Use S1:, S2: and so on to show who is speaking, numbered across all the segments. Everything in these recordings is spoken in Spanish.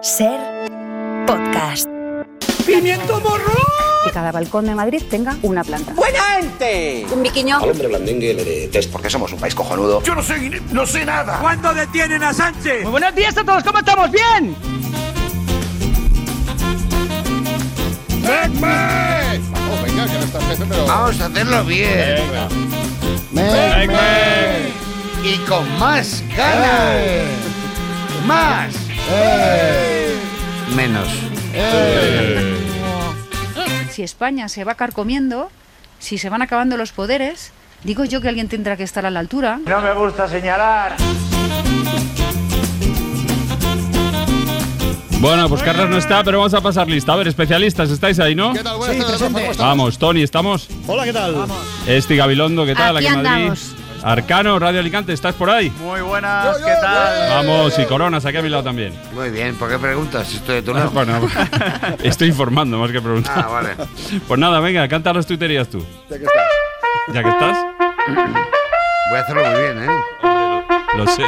S1: Ser podcast.
S2: ¡Pimiento morro!
S3: Que cada balcón de Madrid tenga una planta.
S2: ¡Buena gente!
S3: Un biquiño.
S4: Al hombre blandengue le detesto porque somos un país cojonudo.
S5: Yo no sé, no sé nada.
S2: ¿Cuándo detienen a Sánchez?
S6: Muy buenos días a todos, ¿cómo estamos? ¡Bien!
S5: ¡Mecme!
S7: Vamos, Oh, venga, que no está jefe, pero...
S4: Vamos a hacerlo bien.
S7: Venga.
S5: ¡Mecme!
S4: Y con más ganas. Más. Menos.
S8: si España se va carcomiendo, si se van acabando los poderes, digo yo que alguien tendrá que estar a la altura.
S9: No me gusta señalar.
S10: Bueno, pues Carlos no está, pero vamos a pasar lista. A ver, especialistas, estáis ahí, ¿no?
S7: ¿Qué tal? Buenas tardes, Rafa, ¿cómo estás?
S10: Vamos, Tony, ¿estamos?
S11: Hola, ¿qué tal?
S10: Esti Gabilondo, ¿qué tal?
S12: Aquí
S10: en
S12: andamos.
S10: Arcano, Radio Alicante, ¿estás por ahí?
S9: Muy buenas, ¿qué tal?
S10: Vamos, y Coronas, aquí a mi lado también.
S4: Muy bien, ¿por qué preguntas si estoy de tu lado?
S10: Bueno, estoy informando más que preguntar.
S4: Ah, vale.
S10: Pues nada, venga, canta las tuiterías tú.
S7: Ya que está.
S10: Ya que estás,
S4: Voy a hacerlo muy bien, ¿eh?
S10: lo sé.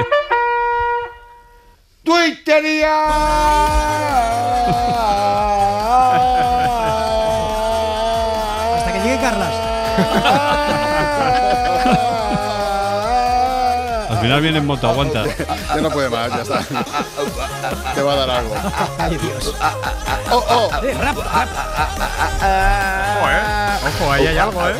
S7: ¡Tuitería!
S2: Hasta que llegue Carlas.
S10: Al final viene en moto, aguanta.
S7: Ya no puede más, ya está. Te va a dar algo.
S2: Ay, Dios.
S7: ¡Oh, oh!
S2: Eh, rap, rap.
S10: Ojo, ahí hay algo, ¿eh?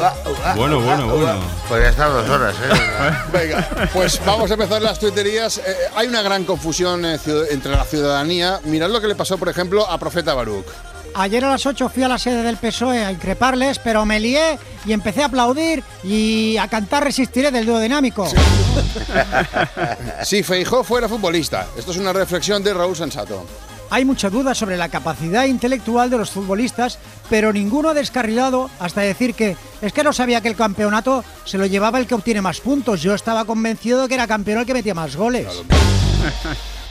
S10: Bueno, bueno,
S4: Ah,
S10: bueno.
S4: Podría estar pues dos horas, ¿eh?
S7: Venga, pues vamos a empezar las tuiterías. Eh, hay una gran confusión eh, ciu- entre la ciudadanía. Mirad lo que le pasó, por ejemplo, a Profeta Baruch.
S13: Ayer a las 8 fui a la sede del PSOE E a increparles, pero me lié y empecé a aplaudir y a cantar Resistiré del dúo dinámico.
S7: Si Feijó fuera futbolista. Esto es una reflexión de Raúl Sensato.
S13: Hay mucha duda sobre la capacidad intelectual de los futbolistas, pero ninguno ha descarrilado hasta decir que es que no sabía que el campeonato se lo llevaba el que obtiene más puntos. Yo estaba convencido que era campeón el que metía más goles.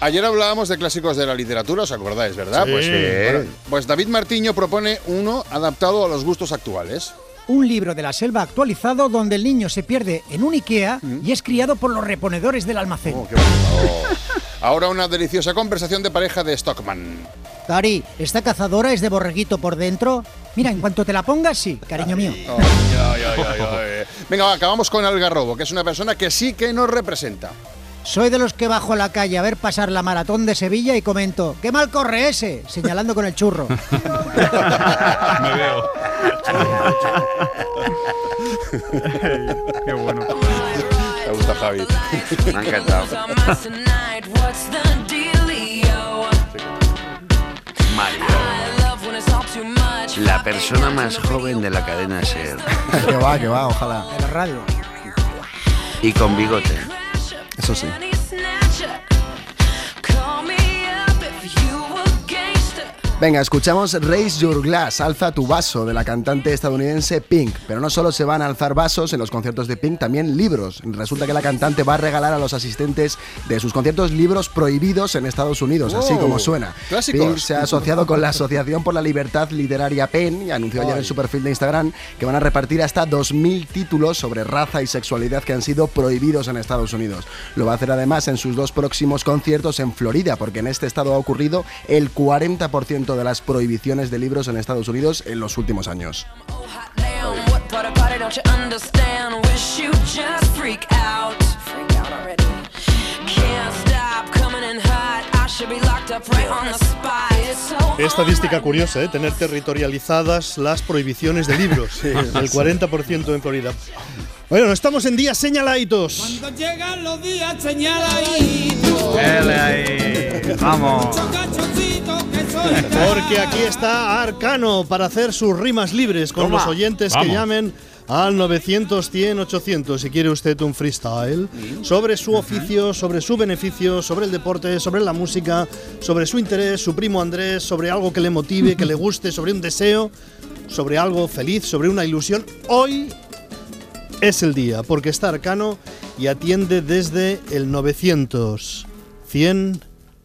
S7: Ayer hablábamos de clásicos de la literatura, ¿os acordáis, verdad? Pues, bueno, pues David Martiño propone uno adaptado a los gustos actuales.
S13: Un libro de la selva actualizado donde el niño se pierde en un Ikea y es criado por los reponedores del almacén.
S7: Mm. Oh, qué bonito. Ahora una deliciosa conversación de pareja de Stockman.
S13: Cari, ¿esta cazadora es de borreguito por dentro? Mira, en cuanto te la pongas, sí, cariño mío.
S7: Venga, va, acabamos con Algarrobo, que es una persona que sí que nos representa.
S13: Soy de los que bajo a la calle a ver pasar la maratón de Sevilla y comento, ¡qué mal corre ese! señalando con el churro.
S10: Me veo. Qué bueno.
S7: Me gusta Javi.
S4: Me ha encantado. Mario. La persona más joven de la cadena Ser.
S11: Que va, que va, ojalá.
S13: En la radio.
S4: Y con bigote.
S11: Eso sí. Venga, escuchamos Raise Your Glass, alza tu vaso, de la cantante estadounidense Pink. Pero no solo se van a alzar vasos en los conciertos de Pink, también libros. Resulta que la cantante va a regalar a los asistentes de sus conciertos libros prohibidos en Estados Unidos, así
S7: Wow.
S11: como suena.
S7: Clásicos.
S11: Pink se ha asociado con la Asociación por la Libertad Literaria PEN y anunció ayer en su perfil de Instagram que van a repartir hasta 2.000 títulos sobre raza y sexualidad que han sido prohibidos en Estados Unidos. Lo va a hacer además en sus dos próximos conciertos en Florida, porque en este estado ha ocurrido el 40% de las prohibiciones de libros en Estados Unidos en los últimos años.
S14: Estadística curiosa, ¿eh? tener territorializadas las prohibiciones de libros. El 40% en Florida. Bueno, estamos en días señaladitos.
S2: Llegan los días, señala ahí.
S9: Dale ahí. Vamos.
S2: que soy.
S14: Porque aquí está Arcano para hacer sus rimas libres con los oyentes
S10: Vamos.
S14: que llamen al 900 100 800 si quiere usted un freestyle sobre su oficio, sobre su beneficio, sobre el deporte, sobre la música, sobre su interés, su primo Andrés, sobre algo que le motive, que le guste, sobre un deseo, sobre algo feliz, sobre una ilusión. Hoy es el día porque está Arcano y atiende desde el 900 100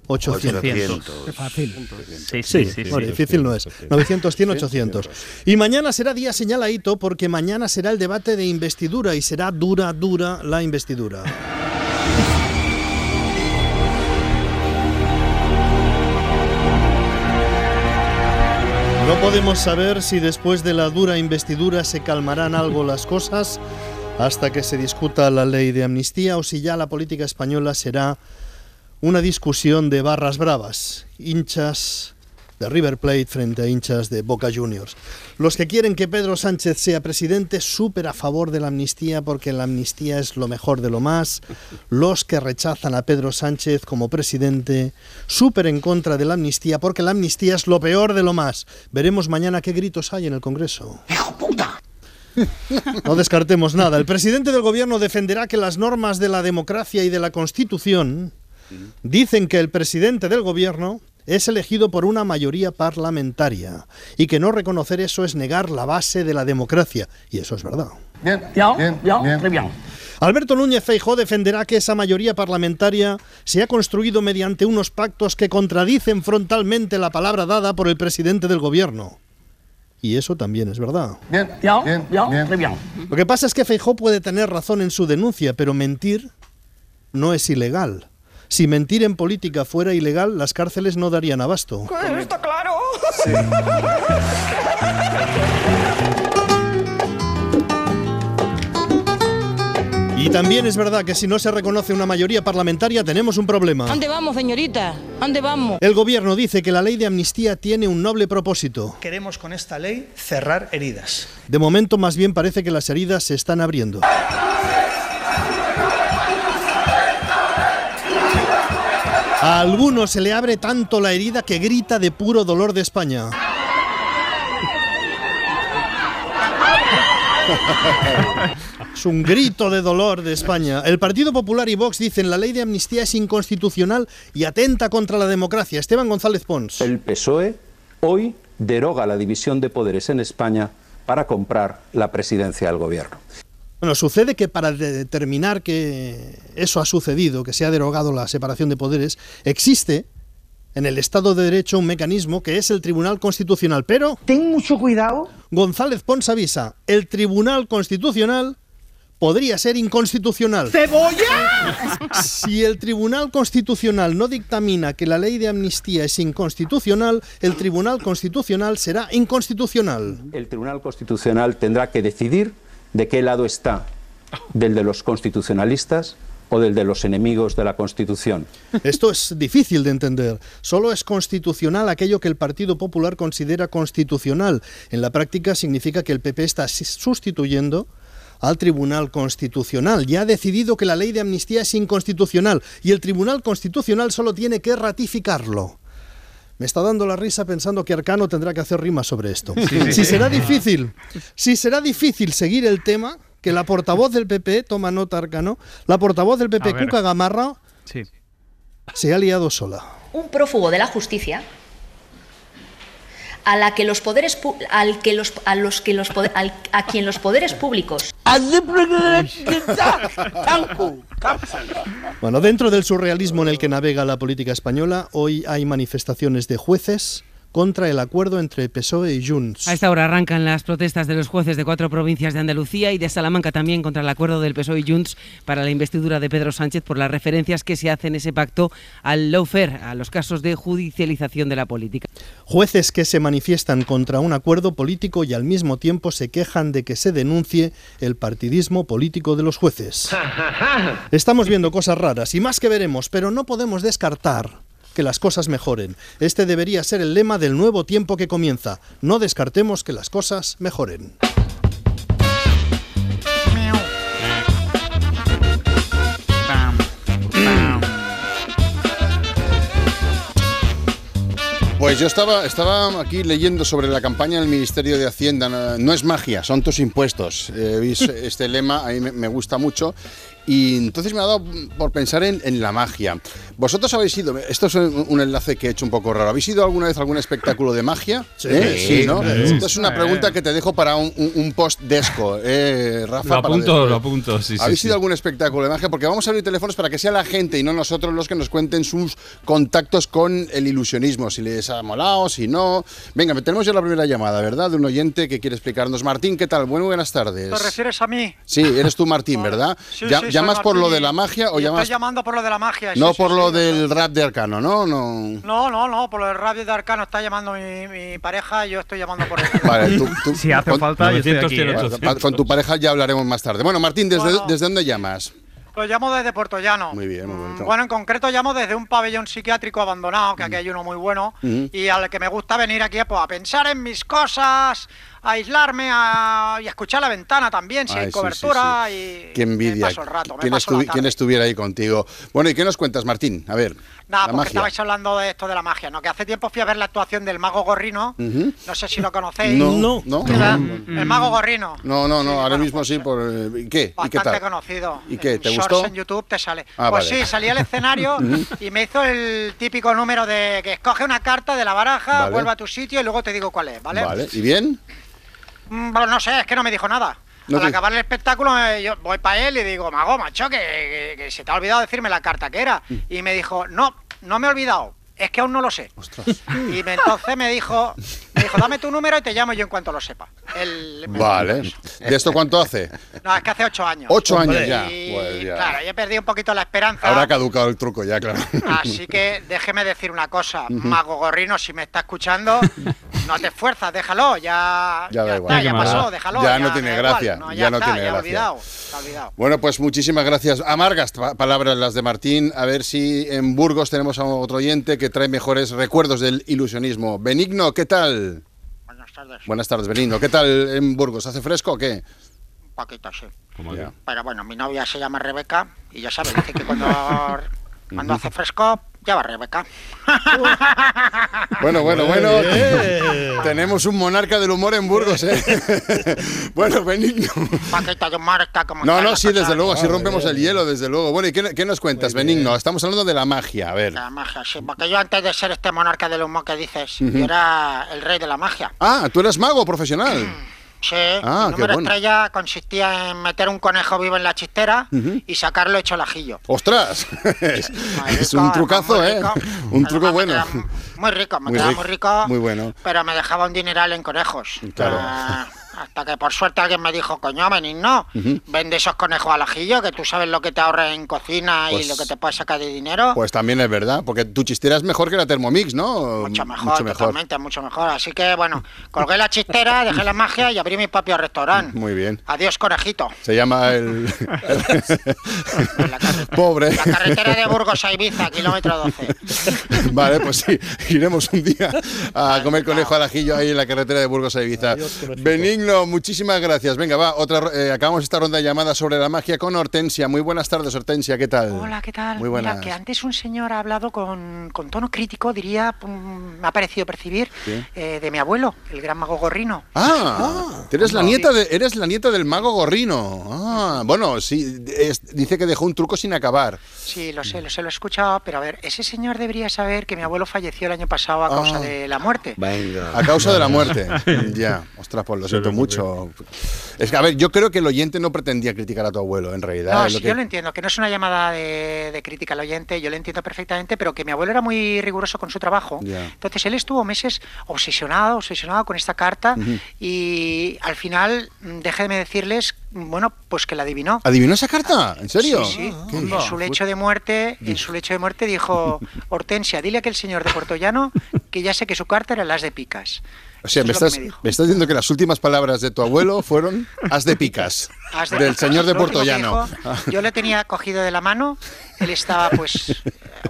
S14: 800.
S4: 800.
S13: Fácil.
S6: Sí,
S14: Sí, bueno, difícil no es. 900, 100, 800. Y mañana será día señaladito porque mañana será el debate de investidura y será dura, dura la investidura. No podemos saber si después de la dura investidura se calmarán algo las cosas hasta que se discuta la ley de amnistía o si ya la política española será una discusión de barras bravas, hinchas de River Plate frente a hinchas de Boca Juniors. Los que quieren que Pedro Sánchez sea presidente, súper a favor de la amnistía porque la amnistía es lo mejor de lo más. Los que rechazan a Pedro Sánchez como presidente, súper en contra de la amnistía porque la amnistía es lo peor de lo más. Veremos mañana qué gritos hay en el Congreso. No descartemos nada. El presidente del gobierno defenderá que las normas de la democracia y de la Constitución dicen que el presidente del gobierno es elegido por una mayoría parlamentaria y que no reconocer eso es negar la base de la democracia. Y eso es verdad.
S4: Bien, bien, bien,
S14: Alberto Núñez Feijó defenderá que esa mayoría parlamentaria se ha construido mediante unos pactos que contradicen frontalmente la palabra dada por el presidente del gobierno. Y eso también es verdad.
S4: bien, bien, bien, bien.
S14: Lo que pasa es que Feijó puede tener razón en su denuncia, pero mentir no es ilegal. Si mentir en política fuera ilegal, las cárceles no darían abasto.
S4: Está claro.
S14: Y también es verdad que si no se reconoce una mayoría parlamentaria tenemos un problema.
S15: ¿Dónde vamos, señorita? ¿Dónde vamos?
S14: El gobierno dice que la ley de amnistía tiene un noble propósito.
S16: Queremos con esta ley cerrar heridas.
S14: De momento más bien parece que las heridas se están abriendo. A alguno se le abre tanto la herida que grita de puro dolor de España. Es un grito de dolor de España. El Partido Popular y Vox dicen la ley de amnistía es inconstitucional y atenta contra la democracia. Esteban González Pons.
S17: El PSOE E hoy deroga la división de poderes en España para comprar la presidencia del gobierno.
S14: Bueno, sucede que para de- determinar que eso ha sucedido, que se ha derogado la separación de poderes, existe en el Estado de Derecho un mecanismo que es el Tribunal Constitucional. Pero... Ten mucho cuidado. González Pons avisa, el Tribunal Constitucional podría ser inconstitucional. Si el Tribunal Constitucional no dictamina que la ley de amnistía es inconstitucional, el Tribunal Constitucional será inconstitucional.
S17: El Tribunal Constitucional tendrá que decidir de qué lado está, del de los constitucionalistas o del de los enemigos de la Constitución.
S14: Esto es difícil de entender. Solo es constitucional aquello que el Partido Popular considera constitucional. En la práctica significa que el PP está si- sustituyendo al Tribunal Constitucional. Ya ha decidido que la ley de amnistía es inconstitucional y el Tribunal Constitucional solo tiene que ratificarlo. Me está dando la risa pensando que Arcano tendrá que hacer rimas sobre esto.
S18: Sí, sí,
S14: Si
S18: sí.
S14: será difícil, si será difícil seguir el tema, que la portavoz del PP, toma nota Arcano, la portavoz del
S19: A
S14: PP,
S19: ver.
S14: Cuca Gamarra, se ha liado sola.
S19: un prófugo de la justicia a la que los poderes pu- al que los a los que los poder- al- a quien los poderes públicos
S14: Bueno, dentro del surrealismo en el que navega la política española, hoy hay manifestaciones de jueces contra el acuerdo entre PSOE E y Junts.
S20: A esta hora arrancan las protestas de los jueces de cuatro provincias de Andalucía y de Salamanca también contra el acuerdo del PSOE E y Junts para la investidura de Pedro Sánchez por las referencias que se hacen ese pacto al lawfare, a los casos de judicialización de la política.
S14: Jueces que se manifiestan contra un acuerdo político y al mismo tiempo se quejan de que se denuncie el partidismo político de los jueces. Estamos viendo cosas raras y más que veremos, pero no podemos descartar que las cosas mejoren. Este debería ser el lema del nuevo tiempo que comienza. No descartemos que las cosas mejoren.
S7: Pues yo estaba, estaba aquí leyendo sobre la campaña del Ministerio de Hacienda. No, no es magia, son tus impuestos. Eh, ¿veis? este lema a mí me, me gusta mucho. Y entonces me ha dado por pensar en, en la magia. Vosotros habéis ido, esto es un un enlace que he hecho un poco raro. ¿Habéis ido alguna vez a algún espectáculo de magia? ¿Eh?
S21: Sí.
S7: sí, ¿no?
S21: Sí.
S7: Esto es una
S21: Sí.
S7: pregunta que te dejo para un, un- un post desco, eh, Rafa.
S10: Lo
S7: para
S10: apunto,
S7: después.
S10: lo apunto, sí, sí,
S7: ¿Habéis
S10: sí.
S7: ido a algún espectáculo de magia? Porque vamos a abrir teléfonos para que sea la gente y no nosotros los que nos cuenten sus contactos con el ilusionismo. Si les ha molado, si no. Venga, tenemos ya la primera llamada, ¿verdad? De un oyente que quiere explicarnos. Martín, ¿qué tal? Bueno, buenas tardes.
S22: ¿Te refieres a mí?
S7: Sí, eres tú Martín, ¿verdad?
S22: Sí, sí,
S7: ¿Llamas por lo de la magia o
S13: Y
S7: llamas.?
S13: Estoy llamando por lo de la magia. sí,
S7: No
S13: sí,
S7: por
S13: sí.
S7: lo del rap de Arcano, ¿no? No.
S13: No, no, no, por lo del radio de Arcano está llamando mi, mi pareja, yo estoy llamando por eso.
S7: Vale, tú, tú-
S9: Si hace
S7: con-
S9: falta, yo estoy aquí, ¿eh?
S7: Vale, pa- Con tu pareja ya hablaremos más tarde. Bueno, Martín, ¿desde,
S13: Bueno.
S7: ¿desde dónde llamas?
S13: Lo llamo desde Puerto Llano.
S7: Muy bien, muy bonito.
S13: Bueno, en concreto llamo desde un pabellón psiquiátrico abandonado, que aquí hay uno muy bueno,
S7: Mm.
S13: y al que me gusta venir aquí pues, a pensar en mis cosas, a aislarme a- y a escuchar la ventana también, si
S7: Ay,
S13: hay
S7: sí,
S13: cobertura. Y
S7: Qué envidia.
S13: paso el rato, me
S7: ¿Quién,
S13: paso la
S7: estuvi-
S13: tarde.
S7: quién estuviera ahí contigo? Bueno, ¿y qué nos cuentas, Martín? A ver.
S13: nada,
S7: la
S13: porque
S7: magia.
S13: estabais hablando de esto de la magia, ¿no? Que hace tiempo fui a ver la actuación del mago Gorrino,
S7: Ujú.
S13: no sé si lo conocéis.
S7: No, no. Mm.
S13: ¿Verdad? El mago Gorrino.
S7: No, no, no, ahora mismo sí. Por, eh, ¿Y qué? ¿Y qué
S13: pues Bastante
S7: tal?
S13: conocido.
S7: ¿Y qué?
S13: En
S7: ¿Te
S13: shorts
S7: gustó?
S13: en YouTube te sale.
S7: Ah,
S13: pues
S7: vale.
S13: sí, salí al escenario
S7: Ujú.
S13: y me hizo el típico número de que escoge una carta de la baraja,
S7: Vale.
S13: vuelva a tu sitio y luego te digo cuál es, ¿vale? Pues
S7: Vale. ¿Y bien?
S13: Mm, bueno, no sé, es que no me dijo nada.
S7: No
S13: Al
S7: te-
S13: acabar el espectáculo eh, yo voy para él y digo, mago, macho, que, que- que se te ha olvidado decirme la carta que era.
S7: Mm.
S13: Y me dijo, no, no me he olvidado, es que aún no lo sé. Y me- entonces me dijo, me dijo, dame tu número y te llamo yo en cuanto lo sepa. Él me-
S7: Vale. ¿De esto cuánto hace?
S13: No, es que hace ocho años.
S7: Ocho
S13: Hombre.
S7: años ya.
S13: Y,
S7: Pues ya.
S13: Claro, ya perdí un poquito la esperanza.
S7: Habrá caducado el truco ya, claro.
S13: Así que déjeme decir una cosa,
S7: Ujú.
S13: Mago Gorrino, si me está escuchando, no te esfuerzas, déjalo, ya,
S7: Ya da igual.
S13: está, ya
S7: Qué
S13: pasó,
S7: maldad.
S13: déjalo.
S7: Ya no
S13: me
S7: tiene
S13: da igual,
S7: gracia,
S13: no,
S7: ya no
S13: está,
S7: tiene
S13: ya
S7: gracia.
S13: Olvidado, está olvidado.
S7: Bueno, pues muchísimas gracias. Amargas pa- palabras las de Martín. A ver si en Burgos tenemos a otro oyente que trae mejores recuerdos del ilusionismo. Benigno, ¿qué tal?
S13: Buenas tardes,
S7: Buenas tardes, Benigno. ¿Qué tal en Burgos? ¿Hace fresco o qué?
S13: un poquito sí.
S7: Ya.
S13: Pero bueno, mi novia se llama Rebeca y ya sabes, dice que cuando, cuando hace fresco, ya va Rebeca.
S7: Bueno, bueno, bueno. Tenemos un monarca del humor en Burgos, ¿eh? bueno, Benigno.
S13: Paquita de marca, como
S7: No,
S13: tal,
S7: no,
S13: la
S7: sí,
S13: cosa.
S7: desde luego, así rompemos el hielo, desde luego. Bueno, ¿y qué, qué nos cuentas, Benigno? Estamos hablando de la magia, a ver.
S13: La magia, sí, porque yo antes de ser este monarca del humo que dices,
S7: Ujú.
S13: yo era el rey de la magia.
S7: Ah, tú eres mago profesional.
S13: Sí,
S7: Ah,
S13: mi
S7: qué
S13: número
S7: bueno.
S13: estrella consistía en meter un conejo vivo en la chistera
S7: Ujú.
S13: y sacarlo hecho lajillo.
S7: ¡Ostras! es, es un trucazo, ¿eh? Un truco bueno.
S13: Muy rico, me
S7: Muy
S13: quedaba
S7: rico,
S13: muy rico,
S7: muy bueno.
S13: pero me dejaba un dineral en conejos.
S7: Claro.
S13: Ah, hasta que por suerte alguien me dijo, coño, venid, no,
S7: Ujú.
S13: vende esos conejos al ajillo, que tú sabes lo que te ahorras en cocina
S7: Pues-
S13: y lo que te puedes sacar de dinero.
S7: Pues también es verdad, porque tu chistera es mejor que la Thermomix, ¿no? Mucho
S13: mejor, totalmente, mucho mejor. Así que bueno, colgué la chistera, dejé la magia y abrí mi propio restaurante.
S7: Muy bien.
S13: Adiós, conejito.
S7: Se llama el... Pobre.
S13: La carretera de Burgos a Ibiza, kilómetro 12.
S7: Vale, pues sí, iremos un día a comer conejo al ajillo ahí en la carretera de Burgos a Ibiza. Benigno, muchísimas gracias. Venga, va, otra ro- eh, acabamos esta ronda de llamadas sobre la magia con Hortensia. Muy buenas tardes, Hortensia, ¿qué tal?
S13: Hola, ¿qué tal?
S7: Muy buenas.
S13: Mira, que antes un señor ha hablado con, con tono crítico, diría, mm, me ha parecido percibir,
S7: Sí.
S13: eh, de mi abuelo, el gran mago gorrino.
S7: Ah, eres la,
S13: no.
S7: nieta de, eres la nieta del mago gorrino. Ah, bueno, sí, es- dice que dejó un truco sin acabar.
S13: Sí, lo
S7: Mm.
S13: sé, lo sé, lo he escuchado, pero a ver, ese señor debería saber que mi abuelo falleció el año pasado a causa
S7: Ah.
S13: de la muerte.
S7: A causa de la muerte. ya. Ostras, pues lo siento mucho. Es que, a ver, yo creo que el oyente no pretendía criticar a tu abuelo, en realidad.
S13: No,
S7: es lo
S13: sí,
S7: que-
S13: yo lo entiendo, que no es una llamada de, de crítica al oyente, yo lo entiendo perfectamente, pero que mi abuelo era muy riguroso con su trabajo.
S7: Ya.
S13: Entonces él estuvo meses obsesionado, obsesionado con esta carta
S7: Ujú.
S13: y al final, mm, déjenme decirles, mm, bueno, pues que la adivinó.
S7: ¿Adivinó esa carta? ¿En serio? Ah,
S13: Sí, sí.
S7: ¿Qué
S13: En
S7: dices?
S13: su lecho de muerte, en su lecho de muerte dijo Hortensia, dile a aquel señor de Portollano que ya sé que su carta era las de picas.
S7: O sea,
S13: Esto
S7: me
S13: es lo que
S7: estás,
S13: me dijo.
S7: me estás diciendo que las últimas palabras de tu abuelo fueron haz de picas.
S13: Has de-
S7: del señor de
S13: lo último que
S7: Portollano.
S13: dijo, Yo le tenía cogido de la mano, él estaba pues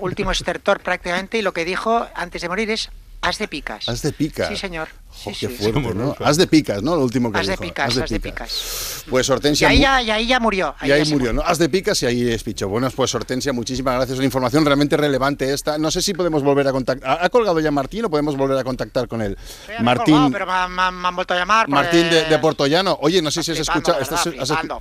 S13: último estertor prácticamente y lo que dijo antes de morir es haz de picas.
S7: Haz de picas.
S13: Sí, señor.
S7: Jo, Oh,
S13: Sí,
S7: qué
S13: sí, sí.
S7: fuerte, ¿no? Haz de picas, ¿no? Lo último que
S13: Haz de
S7: dijo.
S13: picas, haz de picas.
S7: Pues
S13: Y
S7: Hortensia.
S13: ahí
S7: mu-
S13: ya, y ahí ya murió.
S7: Y ahí
S13: ya se
S7: murió, ¿no? Haz de picas y ahí es picho. Bueno, pues Hortensia, muchísimas gracias. Una información realmente relevante esta. No sé si podemos volver a contactar. ¿Ha colgado ya Martín o podemos volver a contactar con él?
S13: Ya me he
S7: Martín.
S13: colgado, pero me, han- me han- me han vuelto a llamar. pues, porque-
S7: Martín de, de Portollano. Oye, no sé si has
S13: flipando,
S7: escuchado.
S13: ¿verdad?
S7: estás- has escu-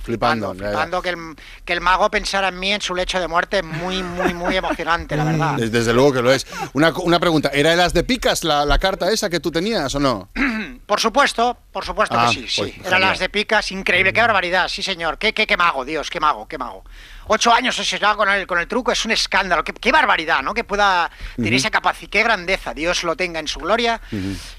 S13: flipando, flipando,
S7: flipando, ya, ya.
S13: flipando que, el, que el mago pensara en mí en su lecho de muerte es muy, muy, muy emocionante,
S7: Mm.
S13: la verdad.
S7: Desde, desde luego que lo es. Una, co- una pregunta, ¿era de las de picas la, la carta esa que tú tenías o no?
S13: Por supuesto, por supuesto
S7: Ah,
S13: que sí, sí.
S7: pues,
S13: Eran
S7: genial. Mm.
S13: las de picas, increíble, qué barbaridad, sí señor. Qué, qué, qué mago, Dios, qué mago, qué mago.
S18: ocho años obsesionado con el, con el truco, es un escándalo. Qué, qué barbaridad, ¿no? Que pueda tener
S7: Ujú.
S18: esa capacidad, qué grandeza. Dios lo tenga en su gloria.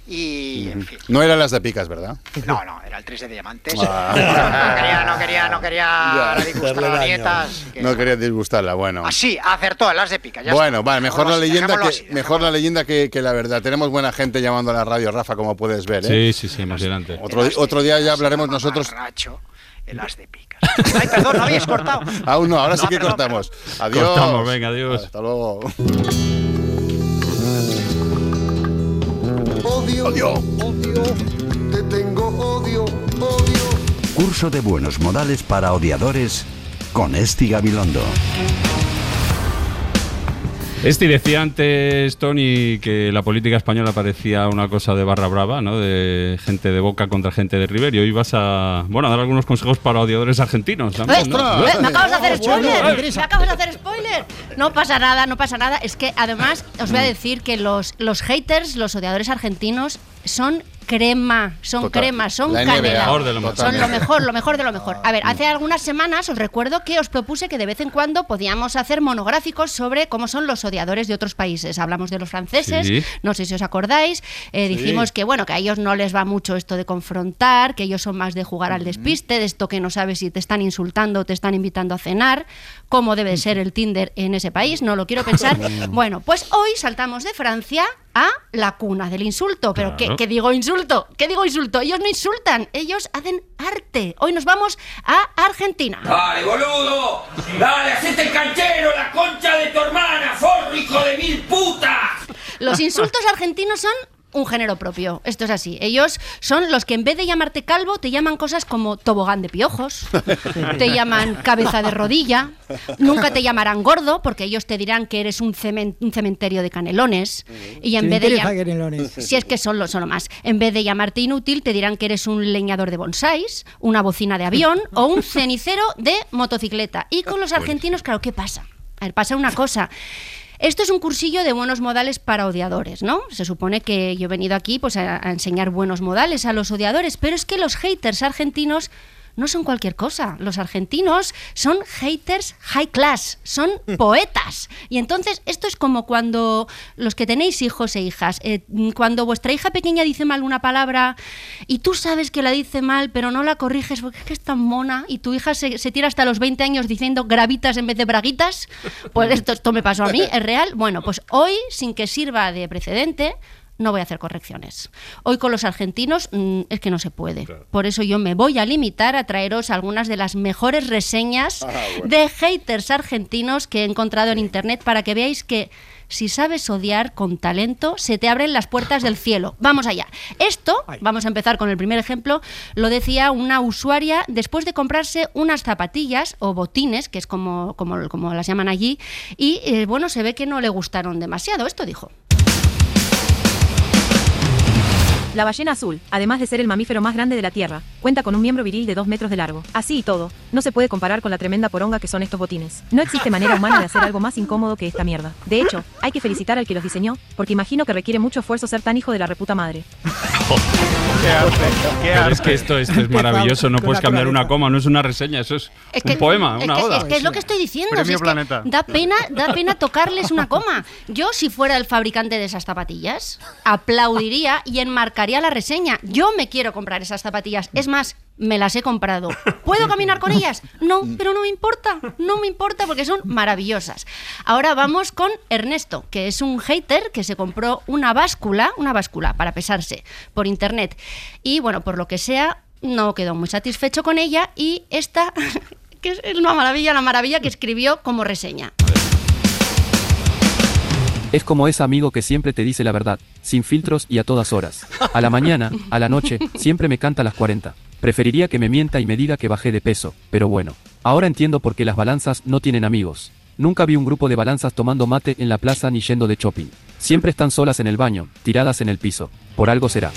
S18: Y, en fin,
S7: No eran las de picas, ¿verdad?
S18: no, no, era el 3 de diamantes.
S7: Ah.
S18: No quería, no quería, no quería
S7: Ya,
S18: disgustar
S7: hacerle
S18: a la
S7: daño.
S18: nieta, así que-
S7: No quería disgustarla, bueno.
S18: Así, acertó, las de pica. Ah, ya
S7: bueno,
S18: está.
S7: vale, mejor
S18: Dejémoslo
S7: la
S18: así,
S7: leyenda, que,
S18: dejémoslo así.
S7: mejor la leyenda que, que la verdad. Tenemos buena gente llamando a la radio, Rafa, como puedes ver. ¿eh?
S10: Sí, sí, sí, emocionante.
S7: Otro, otro día ya hablaremos nosotros.
S18: Racho, el as de picas. Ay, perdón, no habéis cortado.
S7: Aún no, ahora sí
S18: No,
S7: que
S18: perdón,
S7: cortamos. Adiós.
S10: Cortamos, venga, adiós.
S7: Hasta luego.
S5: Odio, odio, te tengo odio, odio.
S21: Curso de buenos modales para odiadores con Esti Gabilondo.
S10: Este decía antes, Tony, que la política española parecía una cosa de barra brava, ¿no? De gente de boca contra gente de River. Y hoy vas a, bueno, a dar algunos consejos para odiadores argentinos. también, ¿no?
S22: Eh, Me acabas de hacer
S10: Eh,
S22: spoiler. Me acabas de hacer spoiler. No pasa nada, no pasa nada. Es que además os
S10: Mm.
S22: voy a decir que los, los haters, los odiadores argentinos, son crema, son
S10: Total.
S22: crema, son
S10: La NBA,
S22: canela.
S10: mejor de lo mejor.
S22: son lo mejor, lo mejor de lo mejor. A ver,
S10: Mm.
S22: hace algunas semanas os recuerdo que os propuse que de vez en cuando podíamos hacer monográficos sobre cómo son los odiadores de otros países. Hablamos de los franceses,
S23: Sí.
S22: no sé si os acordáis. eh,
S23: Sí.
S22: Dijimos que bueno, que a ellos no les va mucho esto de confrontar, que ellos son más de jugar al despiste, de esto que no sabes si te están insultando o te están invitando a cenar, cómo debe de ser el Tinder en ese país, no lo quiero pensar. bueno, pues hoy saltamos de Francia a la cuna del insulto, pero ¿qué,
S23: Claro.
S22: qué digo insulto? ¿Qué digo insulto? Ellos no insultan, ellos hacen arte. Hoy nos vamos a Argentina.
S2: Dale, boludo. Dale, hacete el canchero, la concha de tu hermana, forro, hijo de mil putas.
S22: Los insultos argentinos son un género propio. Esto es así. Ellos son los que en vez de llamarte calvo te llaman cosas como tobogán de piojos, te llaman cabeza de rodilla, nunca te llamarán gordo porque ellos te dirán que eres un, cemen- un cementerio de canelones y en vez de llam- si es que son lo, son lo más. En vez de llamarte inútil, te dirán que eres un leñador de bonsáis, una bocina de avión o un cenicero de motocicleta. Y con los argentinos, claro, ¿qué pasa? A ver, pasa una cosa. Esto es un cursillo de buenos modales para odiadores, ¿no? Se supone que yo he venido aquí pues, a, a enseñar buenos modales a los odiadores, pero es que los haters argentinos no son cualquier cosa. Los argentinos son haters high class, son poetas. Y entonces esto es como cuando los que tenéis hijos e hijas, eh, mm, cuando vuestra hija pequeña dice mal una palabra y tú sabes que la dice mal, pero no la corriges porque es que es tan mona y tu hija se, se tira hasta los 20 años diciendo gravitas en vez de braguitas, pues esto, esto me pasó a mí, es real. Bueno, pues hoy, sin que sirva de precedente, no voy a hacer correcciones. Hoy con los argentinos mm, es que no se puede. Por eso yo me voy a limitar a traeros algunas de las mejores reseñas de haters argentinos que he encontrado en internet para que veáis que si sabes odiar con talento, se te abren las puertas del cielo. Vamos allá. Esto, vamos a empezar con el primer ejemplo, lo decía una usuaria después de comprarse unas zapatillas o botines, que es como, como, como las llaman allí, y eh, bueno, se ve que no le gustaron demasiado. Esto dijo.
S24: La ballena azul, además de ser el mamífero más grande de la Tierra, cuenta con un miembro viril de 2 metros de largo. Así y todo, no se puede comparar con la tremenda poronga que son estos botines. No existe manera humana de hacer algo más incómodo que esta mierda. De hecho, hay que felicitar al que los diseñó, porque imagino que requiere mucho esfuerzo ser tan hijo de la reputa madre.
S10: Pero es que esto, esto es maravilloso, no
S2: Con
S10: puedes cambiar una
S2: naturaleza.
S10: coma, no es una reseña, eso es,
S22: Es que-
S10: un poema,
S22: es
S10: una
S22: que-
S10: oda.
S22: Es que es lo que estoy diciendo. si
S10: Premio
S22: es que
S10: Planeta.
S22: Da pena, da pena tocarles una coma. Yo, si fuera el fabricante de esas zapatillas, aplaudiría y enmarcaría la reseña. Yo me quiero comprar esas zapatillas. Es más, me las he comprado. ¿Puedo caminar con ellas? No, pero no me importa. No me importa porque son maravillosas. Ahora vamos con Ernesto, que es un hater que se compró una báscula, una báscula para pesarse por internet. Y bueno, por lo que sea, no quedó muy satisfecho con ella y esta que es una maravilla, la maravilla que escribió como reseña.
S25: Es como ese amigo que siempre te dice la verdad, sin filtros y a todas horas. A la mañana, a la noche, siempre me canta a las 40. Preferiría que me mienta y me diga que bajé de peso, pero bueno. Ahora entiendo por qué las balanzas no tienen amigos. Nunca vi un grupo de balanzas tomando mate en la plaza ni yendo de shopping. Siempre están solas en el baño, tiradas en el piso. Por algo será.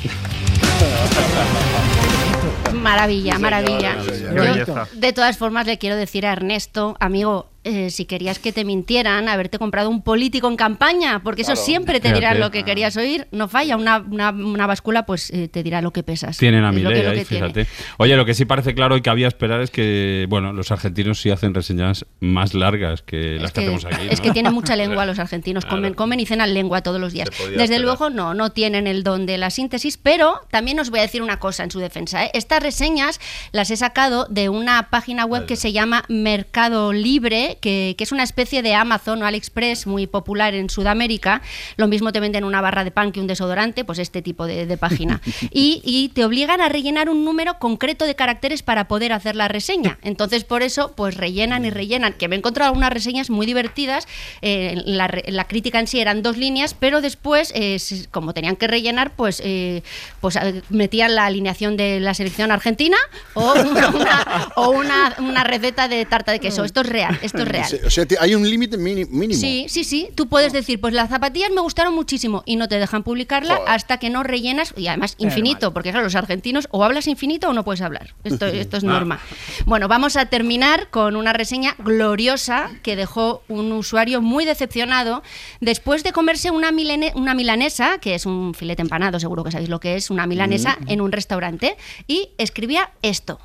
S22: Maravilla, maravilla.
S25: maravilla.
S22: Yo,
S25: Qué belleza.
S22: de todas formas, le quiero decir a Ernesto, amigo, eh, si querías que te mintieran, haberte comprado un político en campaña, porque eso
S10: Claro.
S22: siempre te dirán
S10: Fíjate.
S22: lo que querías oír, no falla. Una, una, una báscula pues eh, te dirá lo que pesas.
S10: Tienen a
S22: Es lo que-
S10: Milei
S22: lo
S10: ahí,
S22: que tiene.
S10: fíjate. Oye, lo que sí parece claro y que había esperar es que, bueno, los argentinos sí hacen reseñas más largas que las que,
S22: que-
S10: hacemos aquí.
S22: Es
S10: ¿no?
S22: que tienen mucha lengua los argentinos, comen, comen y cenan lengua todos los días.
S10: Se podía ¿eh?
S22: Desde
S10: esperar.
S22: luego no, no tienen el don de la síntesis, pero también os voy a decir una cosa en su defensa. ¿eh? Estas reseñas las he sacado de una página web que se llama Mercado Libre, que, que es una especie de Amazon o AliExpress muy popular en Sudamérica. Lo mismo te venden una barra de pan que un desodorante, pues este tipo de, de página. Y, y te obligan a rellenar un número concreto de caracteres para poder hacer la reseña. Entonces, por eso, pues rellenan y rellenan. Que me he encontrado algunas reseñas muy divertidas. eh, la, re- la crítica en sí eran dos líneas, pero después, eh, si- como tenían que rellenar, pues, eh, pues eh, metían la alineación de la selección argentina o una, una- o una- una receta de tarta de queso. Esto es real, esto es real.
S7: Sí, O sea, ti- hay un límite mini- mínimo.
S22: Sí, sí, sí. Tú puedes decir, pues las zapatillas me gustaron muchísimo y no te dejan publicarla
S7: Joder.
S22: hasta que no rellenas, y además infinito, porque claro, los argentinos o hablas infinito o no puedes hablar. Esto, esto es
S26: Ah.
S22: norma. Bueno, vamos a terminar con una reseña gloriosa que dejó un usuario muy decepcionado después de comerse una, milene- una milanesa, que es un filete empanado, seguro que sabéis lo que es, una milanesa
S27: Mm.
S22: en un restaurante, y escribía esto.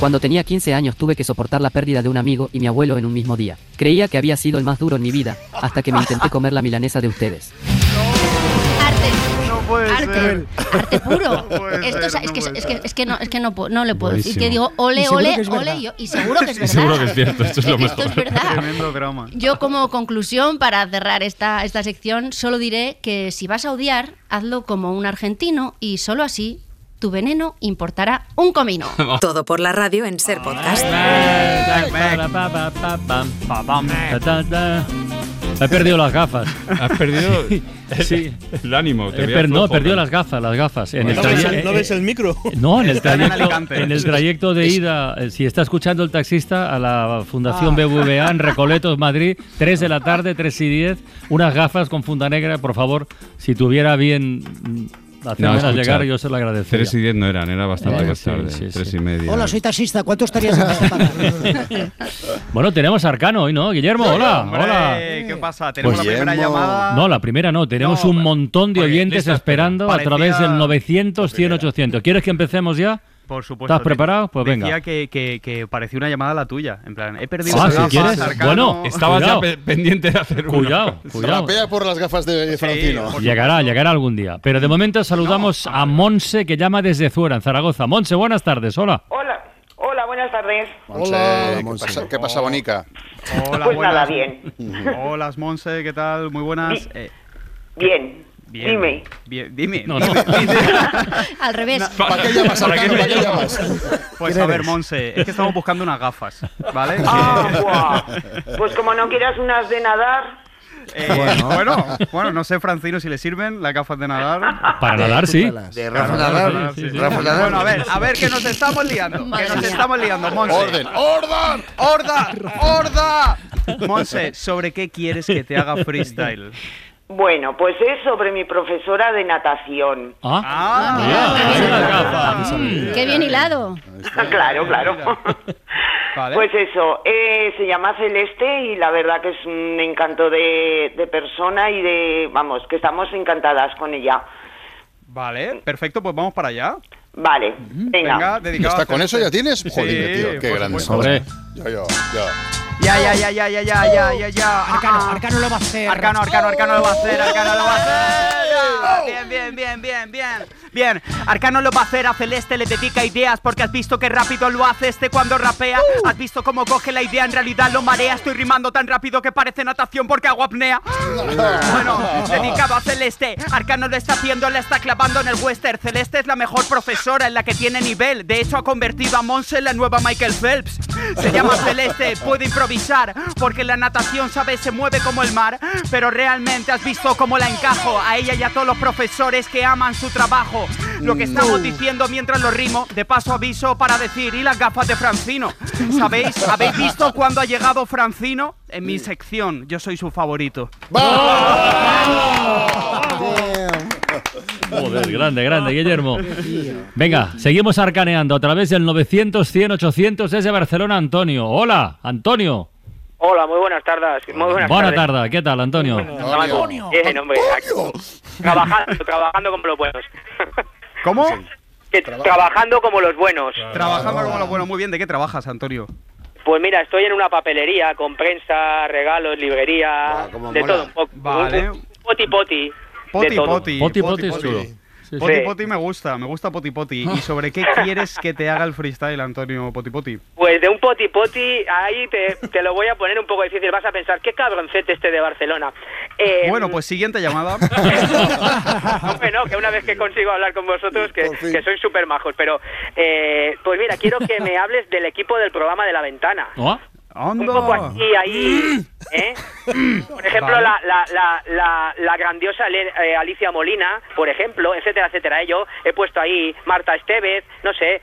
S27: Cuando tenía 15 años tuve que soportar la pérdida de un amigo y mi abuelo en un mismo día. Creía que había sido el más duro en mi vida, hasta que me intenté comer la milanesa de ustedes.
S9: No puede
S22: arte,
S9: ser.
S22: arte puro.
S9: puede
S22: Esto,
S9: ser,
S22: o sea, es,
S9: no
S22: que,
S9: puede
S22: es, que, es que no, es que no, puedo- no le puedo decir.
S9: Buenísimo.
S22: Que digo,
S9: Y
S22: ole,
S9: seguro
S22: ole,
S9: que es
S22: ole,
S9: verdad.
S22: y, yo- y seguro que es
S9: Y
S22: verdad.
S9: seguro que es cierto, esto es lo
S22: Esto
S9: mejor.
S22: es verdad.
S9: Tremendo croma.
S22: Yo como conclusión para cerrar esta, esta sección solo diré que si vas a odiar, hazlo como un argentino y solo así tu veneno importará un comino.
S8: Todo por la radio en Ser Podcast.
S28: He perdido las gafas.
S10: Has perdido
S28: Sí.
S10: el ánimo. Te
S28: He
S10: veía
S28: per- no, he
S10: flojo,
S28: perdido
S10: ¿no?
S28: las gafas, las gafas. En el
S14: ¿No ves,
S28: traye-
S14: el, no ves el micro?
S28: No, en el,
S14: Están en
S28: trayecto,
S14: Alicante.
S28: en el trayecto de ida, eh, si está escuchando el taxista a la Fundación BBVA en Recoletos, Madrid, 3 de la tarde, 3 y 10, unas gafas con funda negra, por favor, si tuviera bien mm, hacérmelas
S10: escucha,
S28: llegar, yo se lo agradecería.
S10: 3 y 10 no eran, era bastante
S28: Eh,
S10: más
S28: sí,
S10: tarde.
S28: sí,
S10: 3
S28: sí.
S10: y media.
S13: Hola, soy taxista. ¿Cuánto estarías en esta paga?
S28: Bueno, tenemos a Arcano hoy, ¿no? Guillermo, hola,
S9: Hombre,
S28: hola.
S9: ¿Qué pasa? Ah, Pues Tenemos la primera llamada.
S28: No, la primera no. Tenemos un montón de oyentes
S9: lista,
S28: esperando
S9: parecía-
S28: a través del 900 100 800. ¿Quieres que empecemos ya?
S29: Por supuesto.
S28: ¿Estás preparado? Pues venga.
S29: Decía que, que, que parecía una llamada la tuya. En plan, he perdido
S28: Ah,
S29: las
S28: si
S29: gafas,
S28: quieres.
S29: Arcano.
S28: Bueno, cuidado. Cuidado, cuidado.
S7: Rapea por las gafas de Francino.
S28: Llegará, llegará algún día. Pero de momento saludamos a Monse que llama desde Zuera, en Zaragoza. Monse, buenas tardes. Hola.
S23: Hola, hola, buenas tardes.
S7: Hola, ¿qué pasa- ¿qué pasa, Bonica?
S29: Hola,
S23: Pues
S29: buenas.
S23: nada, bien.
S29: Hola, Monse, ¿qué tal? Muy buenas. Eh,
S23: Bien,
S29: bien.
S23: dime.
S29: Bien, dime.
S28: No, no.
S22: Al revés.
S29: ¿Para
S7: qué llamas,
S29: ¿Para
S7: Arcano?
S29: qué
S7: ¿Para qué
S29: llamas? Pues
S7: ¿Quién
S29: a ver,
S7: eres?
S29: Monse, es que estamos buscando unas gafas, ¿vale?
S23: Ah,
S29: Que-
S23: guau. Pues como no quieras unas de nadar,
S29: Eh, bueno, bueno, no sé, Francino, si le sirven las gafas de nadar.
S28: Para nadar, sí.
S29: De
S30: Rafa Nadal, Rafa Nadal.
S29: Bueno, a ver, a ver, que nos estamos liando.
S30: Madre
S29: que nos
S30: mía.
S29: estamos liando, Monse.
S30: Orden,
S29: orden, orden, orden. Monse, ¿sobre qué quieres que te haga freestyle?
S23: bueno, pues es sobre mi profesora de natación.
S28: Ah.
S22: Qué bien hilado.
S23: claro, claro. Pues eso, eh, se llama Celeste y la verdad que es un encanto de, de persona y de, vamos, que estamos encantadas con ella.
S29: Vale, perfecto, pues vamos para allá.
S23: Vale, venga.
S29: Venga, dedicado
S7: ¿Está
S29: a
S7: con eso
S29: hacerte-
S7: ya tienes?
S29: Sí,
S7: Joder, tío, qué
S29: por
S7: grande.
S29: supuesto. Hombre.
S7: Yo, yo, yo.
S29: Ya, ya, ya, ya, ya, ya, ya, ya, ya. Arcano, Arcano lo va a hacer. Arcano, Arcano, Arcano lo va a hacer, Arcano lo va a hacer. Bien, bien, bien, bien, bien. Bien, Arcano lo va a hacer, a Celeste le dedica ideas porque has visto que rápido lo hace este cuando rapea. Has visto cómo coge la idea, en realidad lo marea. Estoy rimando tan rápido que parece natación porque hago apnea. Bueno, dedicado a Celeste, Arcano lo está haciendo, la está clavando en el western. Celeste es la mejor profesora en la que tiene nivel. De hecho, ha convertido a Monse en la nueva Michael Phelps. Se llama Celeste, puede improvisar, porque la natación, ¿sabes? Se mueve como el mar. Pero realmente has visto cómo la encajo a ella y a todos los profesores que aman su trabajo. Lo que estamos diciendo mientras lo rimo, de paso aviso para decir, y las gafas de Francino. ¿Sabéis? ¿Habéis visto cuando ha llegado Francino? En mi sección, yo soy su favorito.
S28: Joder, grande, grande, Guillermo. Venga, seguimos arcaneando a través del 900 100 800 desde Barcelona, Antonio. Hola, Antonio.
S26: Hola, muy buenas tardes. Muy buenas
S28: Buena
S26: tardes.
S28: tarde, ¿qué tal, Antonio?
S26: Antonio. Bien, hombre. aquí. Trabajando, trabajando como los buenos.
S9: ¿Cómo?
S26: Que Trabajando como los buenos.
S9: Trabajando como lo bueno. Muy bien, ¿de qué trabajas, Antonio?
S26: Pues mira, estoy en una papelería con prensa, regalos, librería,
S9: cómo
S26: de
S9: mola.
S26: todo un poco.
S9: Vale.
S26: Un- un Poti poti.
S9: Poti
S26: de todo.
S9: poti.
S28: Poti poti Ah. es chulo.
S9: Poti poti me gusta, me gusta poti poti. ¿Y sobre qué quieres que te haga el freestyle, Antonio Poti poti?
S26: Pues de un poti poti, ahí te, te lo voy a poner un poco difícil. Vas a pensar, qué cabroncete este de Barcelona. Eh,
S9: Bueno, pues siguiente llamada.
S26: Hombre, no, que una vez que consigo hablar con vosotros, que, que sois súper majos. Pero, eh, pues mira, quiero que me hables del equipo del programa de La Ventana.
S28: ¿Ah?
S26: Un poco así, ahí, ¿eh? Por ejemplo,
S9: Vale.
S26: la, la, la, la, la grandiosa Le- eh, Alicia Molina, por ejemplo, etcétera, etcétera. Eh, Yo he puesto ahí Marta Estevez, no sé,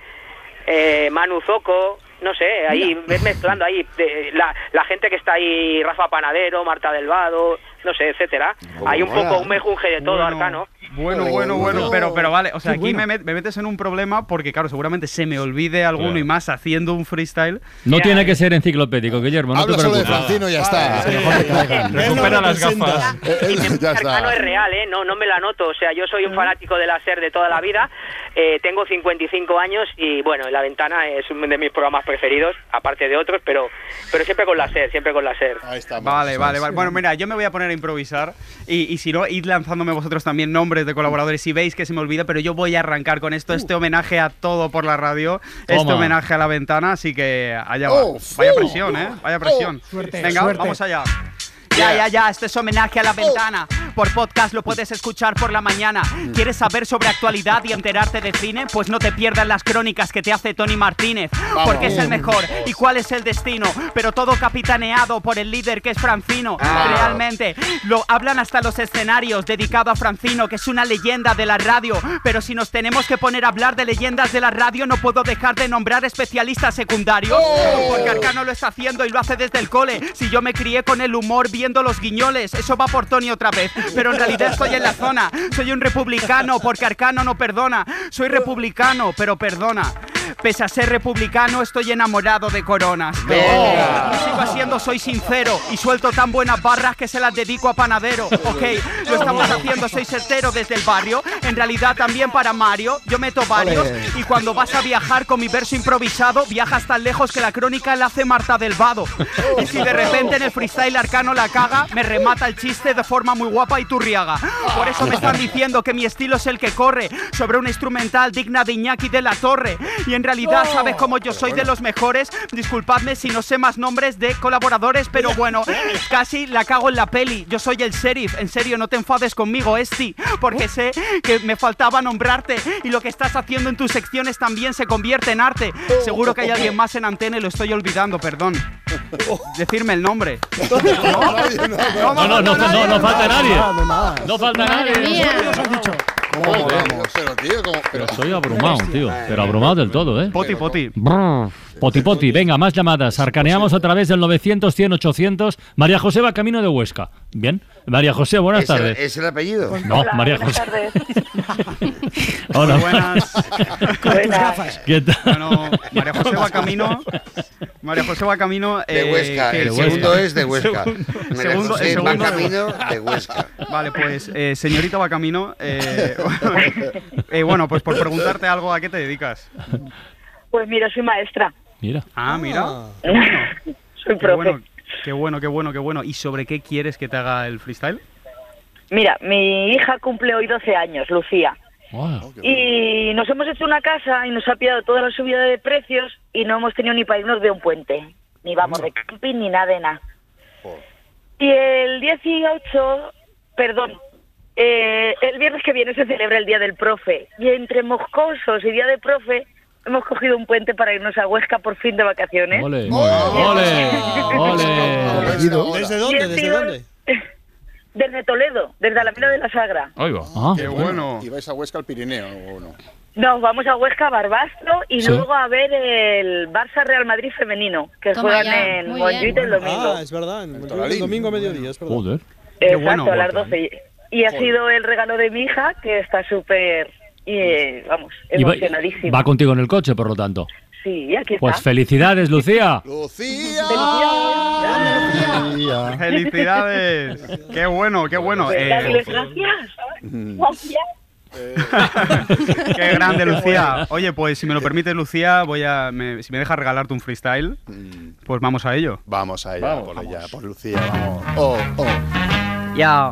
S26: eh, Manu Zoco, no sé, ahí ves mezclando ahí de- la, la gente que está ahí, Rafa Panadero, Marta Delvado, no sé, etcétera.
S9: Como
S26: Hay un
S9: mola,
S26: poco
S9: ¿eh?
S26: un mejunje de todo, Arcano.
S9: Bueno, bueno, bueno, pero, pero vale, o sea,
S26: Qué
S9: aquí
S26: bueno.
S9: me, met- me metes en un problema porque, claro, seguramente se me olvide alguno y más haciendo un freestyle.
S28: No tiene que ser enciclopédico, Guillermo, no
S9: Habla
S28: te
S9: solo de
S28: preocupes.
S9: Francino y ya
S7: está.
S9: Recupera las gafas.
S7: ya
S26: Arcano es
S7: está.
S26: real, ¿eh? No, no me la noto. O sea, yo soy un fanático de la SER de toda la vida. Eh, tengo 55 años y, bueno, La Ventana es uno de mis programas preferidos, aparte de otros, pero, pero siempre con la SER, siempre con la SER.
S7: Ahí está.
S9: Vale, vale, vale. Bueno, mira, yo me voy a poner a improvisar y, y si no, id lanzándome vosotros también nombres de colaboradores si veis que se me olvida, pero yo voy a arrancar con esto, este homenaje a todo por la radio, este
S28: Uh. Toma.
S9: homenaje a la ventana, así que allá va.
S28: Oh,
S9: Vaya
S28: oh,
S9: presión, ¿eh? Vaya presión.
S29: oh. Suerte,
S9: Venga,
S29: suerte.
S9: vamos allá.
S29: Ya, ya, ya, este es homenaje a
S11: Oh.
S29: la ventana. Por podcast lo puedes escuchar por la mañana.
S11: Mm.
S29: ¿Quieres saber sobre actualidad y enterarte de cine? Pues no te pierdas las crónicas que te hace Tony Martínez.
S11: Vamos. Oh.
S29: Porque es el mejor y cuál es el destino. Pero todo capitaneado por el líder que es Francino.
S11: Ah.
S29: Realmente, lo hablan hasta los escenarios. Dedicado a Francino, que es una leyenda de la radio. Pero si nos tenemos que poner a hablar de leyendas de la radio, no puedo dejar de nombrar especialistas secundarios.
S11: Oh.
S29: Porque Arcano lo está haciendo y lo hace desde el cole. Si yo me crié con el humor viendo los guiñoles, eso va por Tony otra vez. Pero en realidad estoy en la zona. Soy un republicano porque Arcano no perdona. Soy republicano, pero perdona. Pese a ser republicano, estoy enamorado de coronas.
S11: Venga.
S29: Lo sigo haciendo, soy sincero y suelto tan buenas barras que se las dedico a panadero. Ok, lo estamos haciendo, soy certero desde el barrio. En realidad también para Mario, yo meto varios.
S11: Ole.
S29: Y cuando vas a viajar con mi verso improvisado, viajas tan lejos que la crónica la hace Marta del Vado.
S11: Oh.
S29: Y si de repente en el freestyle arcano la caga, me remata el chiste de forma muy guapa y turriaga.
S11: Oh.
S29: Por eso me están diciendo que mi estilo es el que corre sobre una instrumental digna de Iñaki de la Torre. Y en realidad, ¿sabes cómo yo soy de los mejores? Disculpadme si no sé más nombres de colaboradores, pero bueno, casi la cago en la peli. Yo soy el sheriff, en serio, no te enfades conmigo, Esti, porque sé que me faltaba nombrarte y lo que estás haciendo en tus secciones también se convierte en arte. Seguro que hay alguien más en antena y lo estoy olvidando, perdón. Decirme el nombre.
S28: No, no, no, no, no, no falta nadie. No falta nadie.
S7: ¿Cómo volamos? Pero, tío, ¿cómo? Pero
S28: Estoy abrumado, tío. Pero abrumado del todo, ¿eh?
S9: Poti, poti.
S28: Brr. Poti, poti. Venga, más llamadas. Arcaneamos a través del 900, 100, 800. María José va camino de Huesca. Bien. María José, buenas
S4: ¿Es el-
S28: tardes.
S4: ¿Es el apellido?
S28: No, Hola, María buenas José. Hola.
S9: Bueno,
S28: ¿Qué tal?
S9: María José va camino. María José va camino.
S4: De
S9: eh,
S4: Huesca,
S9: que-
S4: el
S9: que-
S4: segundo es de Huesca.
S9: Segundo-
S4: María
S9: segundo-
S4: José
S9: el
S4: va
S9: segundo-
S4: camino de Huesca.
S9: Vale, pues eh, señorita va camino. eh, eh, bueno, pues por preguntarte algo, ¿a qué te dedicas?
S15: Pues mira, soy maestra.
S28: Mira.
S9: Ah, mira. Qué
S15: soy profe.
S9: bueno, qué bueno, qué bueno, qué bueno. ¿Y sobre qué quieres que te haga el freestyle?
S15: Mira, mi hija cumple hoy 12 años, Lucía. Y nos hemos hecho una casa y nos ha pillado toda la subida de precios y no hemos tenido ni para irnos de un puente. Ni vamos de camping ni nada de nada. Y el 18, perdón, eh, el viernes que viene se celebra el Día del Profe. Y entre moscosos y Día de Profe hemos cogido un puente para irnos a Huesca por fin de vacaciones.
S28: Ole. Ole. Ole.
S15: ¿Desde dónde? ¿Desde dónde? Desde Toledo, desde Alameda de la Sagra.
S28: Ahí va.
S7: Qué
S9: bueno.
S7: Ah, ¿Y vais a Huesca al Pirineo o no?
S15: Nos vamos a Huesca, Barbastro y
S7: Sí.
S15: luego a ver el Barça Real Madrid femenino, que
S14: Toma
S15: juegan
S14: ya,
S15: en
S14: muy
S15: Montjuic
S14: bien.
S15: el domingo.
S14: Ah, es verdad, en Montjuic el domingo a mediodía, es verdad.
S28: Joder.
S15: Exacto,
S14: bueno,
S15: a las
S14: Montjuic.
S15: 12. Y ha
S7: Joder.
S15: sido el regalo de mi hija, que está súper, eh, vamos,
S28: Y va-
S15: emocionadísima.
S28: Va contigo en el coche, por lo tanto.
S15: Sí, aquí
S28: Pues
S15: está.
S28: felicidades, Lucía.
S29: ¡Felicidades! ¡Qué bueno, qué bueno! Eh,
S15: Darles gracias. Gracias.
S29: ¡Qué grande, Lucía! Oye, pues si me lo permites, Lucía, voy a, me- si me dejas regalarte un freestyle,
S4: Mm.
S29: pues vamos a ello.
S7: Vamos a ello,
S29: Vamos,
S7: por allá, por Lucía, vamos. Oh, oh.
S29: Ya.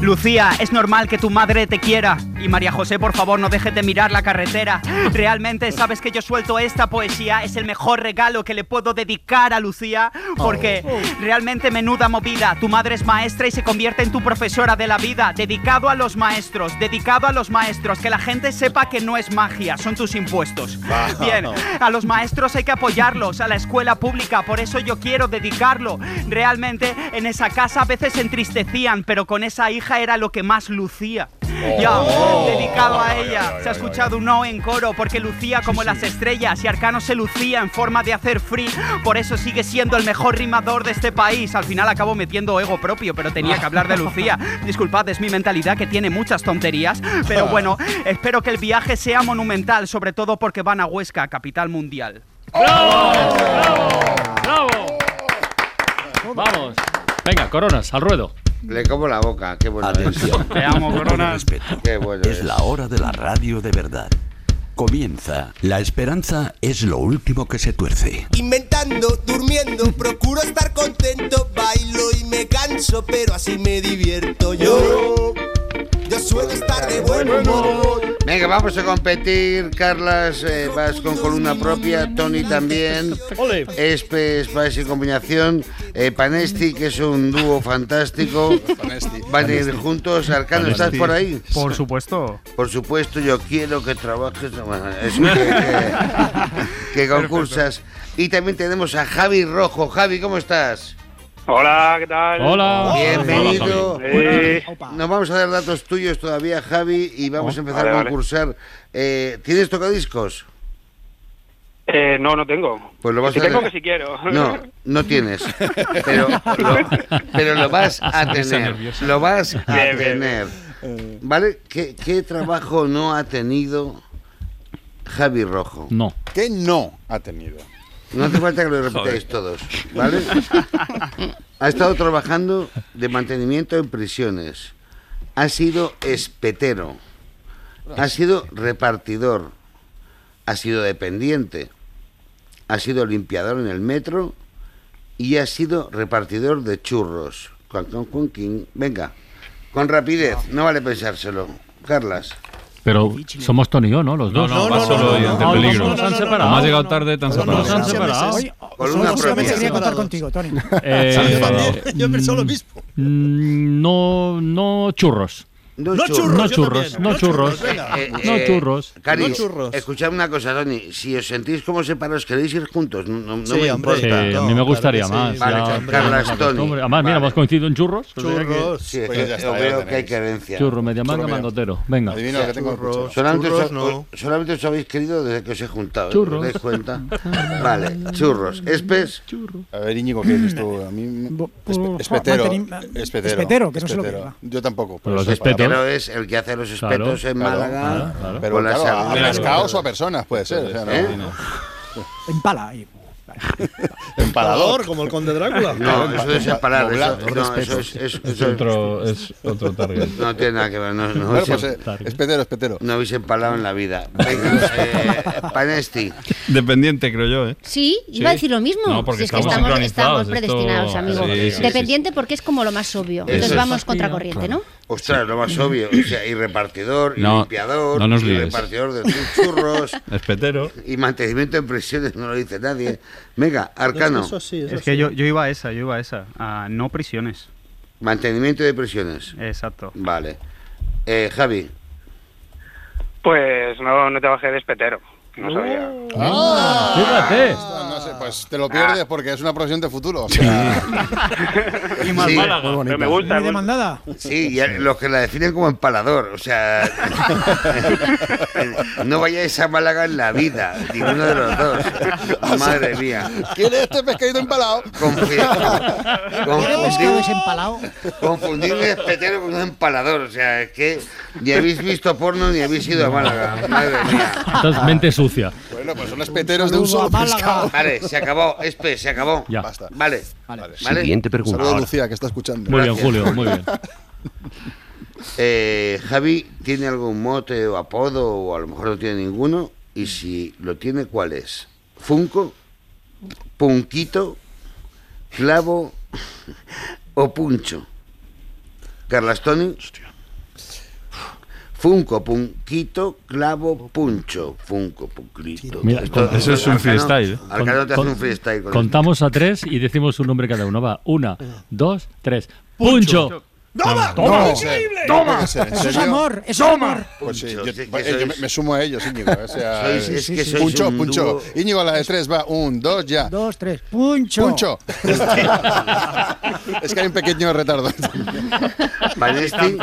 S29: Lucía, es normal que tu madre te quiera. Y María José, por favor, no dejes de mirar la carretera. Realmente sabes que yo suelto esta poesía. Es el mejor regalo que le puedo dedicar a Lucía. Porque realmente menuda movida. Tu madre es maestra y se convierte en tu profesora de la vida. Dedicado a los maestros, dedicado a los maestros. Que la gente sepa que no es magia, son tus impuestos. Bien, a los maestros hay que apoyarlos, a la escuela pública, por eso yo quiero dedicarlo. Realmente en esa casa a veces se entristecían, pero con esa hija era lo que más lucía. Ya, dedicado a ella. se ha escuchado un no en coro porque lucía como las estrellas y Arcano se lucía en forma de hacer free. Por eso sigue siendo el mejor rimador de este país. Al final acabo metiendo ego propio, pero tenía que hablar de Lucía. Disculpad, es mi mentalidad que tiene muchas tonterías. Pero bueno, espero que el viaje sea monumental, sobre todo porque van a Huesca, capital mundial.
S28: ¡Bravo! Vamos. Venga, coronas, al ruedo.
S4: Le como la boca, qué bueno
S28: Atención.
S4: es.
S28: Te amo, Corona.
S31: respeto.
S4: Qué bueno
S31: Es la hora de la radio de verdad. Comienza. La esperanza es lo último que se tuerce.
S11: Inventando, durmiendo, procuro estar contento, bailo y me canso, pero así me divierto yo. Yo suelo estar de buen humor.
S4: Venga, vamos a competir. Carlas, eh, vas con columna propia. Tony también. Espes, vais en combinación. Eh, Panesti, que es un dúo fantástico. Van a ir
S29: Panesti.
S4: juntos. Arcano, ¿estás por ahí?
S29: Por supuesto.
S4: Por supuesto, yo quiero que trabajes. bueno, eso, que, que- que concursas. Y también tenemos a Javi Rojo. Javi, ¿cómo estás?
S16: Hola, ¿qué tal?
S4: Bienvenido.
S16: Eh,
S4: Bueno, no vamos a dar datos tuyos todavía, Javi, y vamos a empezar
S16: Oh, vale,
S4: a
S16: vale.
S4: concursar. Eh, ¿Tienes tocadiscos?
S16: eh, no, no tengo.
S4: Pues lo vas
S16: si
S4: a
S16: tengo
S4: tener.
S16: que si quiero.
S4: No, no tienes. Pero lo, pero lo vas a
S16: Está
S4: tener.
S16: nervioso.
S4: Lo vas a
S16: Bien, bien,
S4: tener. ¿Vale? ¿Qué, qué trabajo no ha tenido Javi Rojo?
S28: No.
S4: ¿Qué no ha tenido? No hace falta que lo repitáis todos, ¿vale? Ha estado trabajando de mantenimiento en prisiones. Ha sido espetero. Ha sido repartidor. Ha sido dependiente. Ha sido limpiador en el metro. Y ha sido repartidor de churros. Cuan, cuan, cuan, quin. Venga, con rapidez. No vale pensárselo. Carlas.
S28: Pero somos Tony y yo, ¿no? Los
S10: No,
S28: dos.
S10: no, va solo y ante peligro.
S28: nos han separado.
S10: Como has llegado tarde, te han
S28: No, no,
S10: separado.
S28: nos han separado.
S2: Oye,
S4: Con
S2: solo
S4: una
S2: solamente
S4: propia.
S2: quería contar contigo, Tony.
S28: Eh,
S2: Yo pensaba lo mismo.
S28: mm, No, no churros.
S4: No
S28: No churros, no churros.
S4: Eh,
S28: Ah, No
S4: eh,
S28: churros.
S4: Cari, escuchad una cosa, Tony. Si os sentís como separados, queréis ir juntos. No, no- no
S28: Sí,
S4: me importa.
S28: hombre, sí, a mí me gustaría
S4: claro que sí.
S28: más.
S4: Vale,
S28: ya,
S4: Car- Carlas,
S28: hombre,
S4: Tony.
S28: hombre, Además, mira, hemos coincidido en churros. o sea que-
S4: Sí, es
S7: Pues
S4: que
S7: ya está,
S4: yo
S7: ya
S4: veo
S7: lo
S4: que hay
S7: tenéis.
S4: carencia.
S28: Churro, mediamanga,
S7: Churro, mira.
S28: mandotero. Venga.
S7: Adivina lo que tengo en el cuchillo.
S4: Solamente, os,
S7: Churros,
S4: o- solamente os habéis querido desde que os he juntado. ¿eh?
S7: Churros.
S4: ¿Os dais cuenta? vale, churros. Este Espes.
S7: A ver, Íñigo, ¿qué dices tú? A mí me- espe- espetero,
S4: mantenim-
S7: espetero.
S4: espetero, que no se lo
S7: espetero.
S4: pierda.
S7: Yo tampoco.
S4: Pero los
S7: soy
S4: espetos-
S7: palabra.
S4: Pero es el que hace los
S7: Claro,
S4: espetos en
S7: claro,
S4: Málaga,
S7: claro, claro.
S4: con
S7: Pero
S4: las
S7: claro, a
S4: agujas.
S7: cascaos o a personas, puede ser. o sea, no-
S4: ¿Eh?
S2: Empala. ahí.
S32: Empalador, como el conde Drácula.
S4: No, eso es separar. Eso,
S7: Doblar,
S4: no, eso es,
S7: respetos. Es
S4: es- eso es-
S10: Otro- es otro target.
S4: No tiene nada que ver. No, no,
S7: Bueno,
S4: se-
S7: pues, eh, espetero, espetero.
S4: no habéis empalado en la vida. Venga, eh, Panesti.
S10: Dependiente, creo yo, ¿eh?
S22: Sí, iba a decir lo mismo.
S10: No, porque
S22: si es que
S10: estamos
S22: estamos,
S10: sincronizados,
S22: estamos predestinados,
S10: esto-
S22: amigo.
S10: Sí, sí, sí.
S22: Dependiente porque es como lo más obvio.
S4: Eso
S22: Entonces
S4: es.
S22: vamos contracorriente, ¿no?
S4: Ostras, lo más obvio. O sea, y repartidor, y
S10: No,
S4: limpiador,
S10: no nos
S4: y
S10: líes.
S4: repartidor de churros,
S10: Espetero.
S4: y mantenimiento en prisiones, no lo dice nadie. Venga, Arcano.
S29: Es que yo, yo iba a esa, yo iba a esa. A no prisiones.
S4: Mantenimiento de prisiones.
S29: Exacto.
S4: Vale. Eh, Javi.
S16: Pues no, no trabajé de espetero. No sabía.
S7: Ah,
S28: Fíjate.
S7: No sé, pues te lo pierdes
S21: Ah.
S7: porque es una profesión de futuro. o sea,
S4: Y
S7: más Málaga, pero me gusta, Muy me gusta.
S13: demandada.
S4: Sí, y los que la definen como empalador, o sea, no vayáis a Málaga en la vida, ninguno de los dos. Madre mía.
S7: ¿Quién es este pescadito empalado?
S13: ¿Quieres pescado desempalado?
S4: Confundir un espetero con un empalador, o sea, es que ni habéis visto porno ni habéis ido a Málaga, madre mía.
S28: Entonces, mente sucia.
S7: Bueno, pues son espeteros de un solo pescado.
S4: Vale, se acabó, Espe, se acabó.
S7: Ya.
S4: Basta. Vale.
S7: Vale.
S21: Siguiente pregunta.
S7: Saludos a
S21: Ahora.
S7: Lucía, que está escuchando.
S21: Muy bien, Julio, muy bien.
S4: Eh, Javi tiene algún mote o apodo o a lo mejor no tiene ninguno y si lo tiene ¿cuál es? Funko, Punquito, Clavo o Puncho. Carlas Tony. Funko, Punquito, Clavo, Puncho. Funko, Punquito.
S28: Mira,
S4: Esto-
S28: con- eso es un
S4: Arcano-
S28: freestyle. ¿eh?
S4: Arcano te hace
S28: Con-
S4: un freestyle. con esto.
S28: Contamos a tres y decimos un nombre cada uno. Va, una, dos, tres. ¡Puncho!
S7: ¡Toma!
S28: ¡Toma!
S7: ¡Toma!
S13: Eso es amor, eso es amor.
S7: Pues sí, yo,
S4: Puncho, sí, que
S7: eh, yo
S4: sois-
S7: me- me sumo a ellos, Íñigo. O sea,
S4: Sois-
S7: eh,
S4: es que sois
S7: puncho,
S4: un
S7: puncho.
S4: dúo.
S7: Íñigo, a la de tres, va. Un, dos, ya.
S13: Dos, tres. Puncho.
S7: Puncho. es que hay un pequeño retardo.
S4: Vanesti,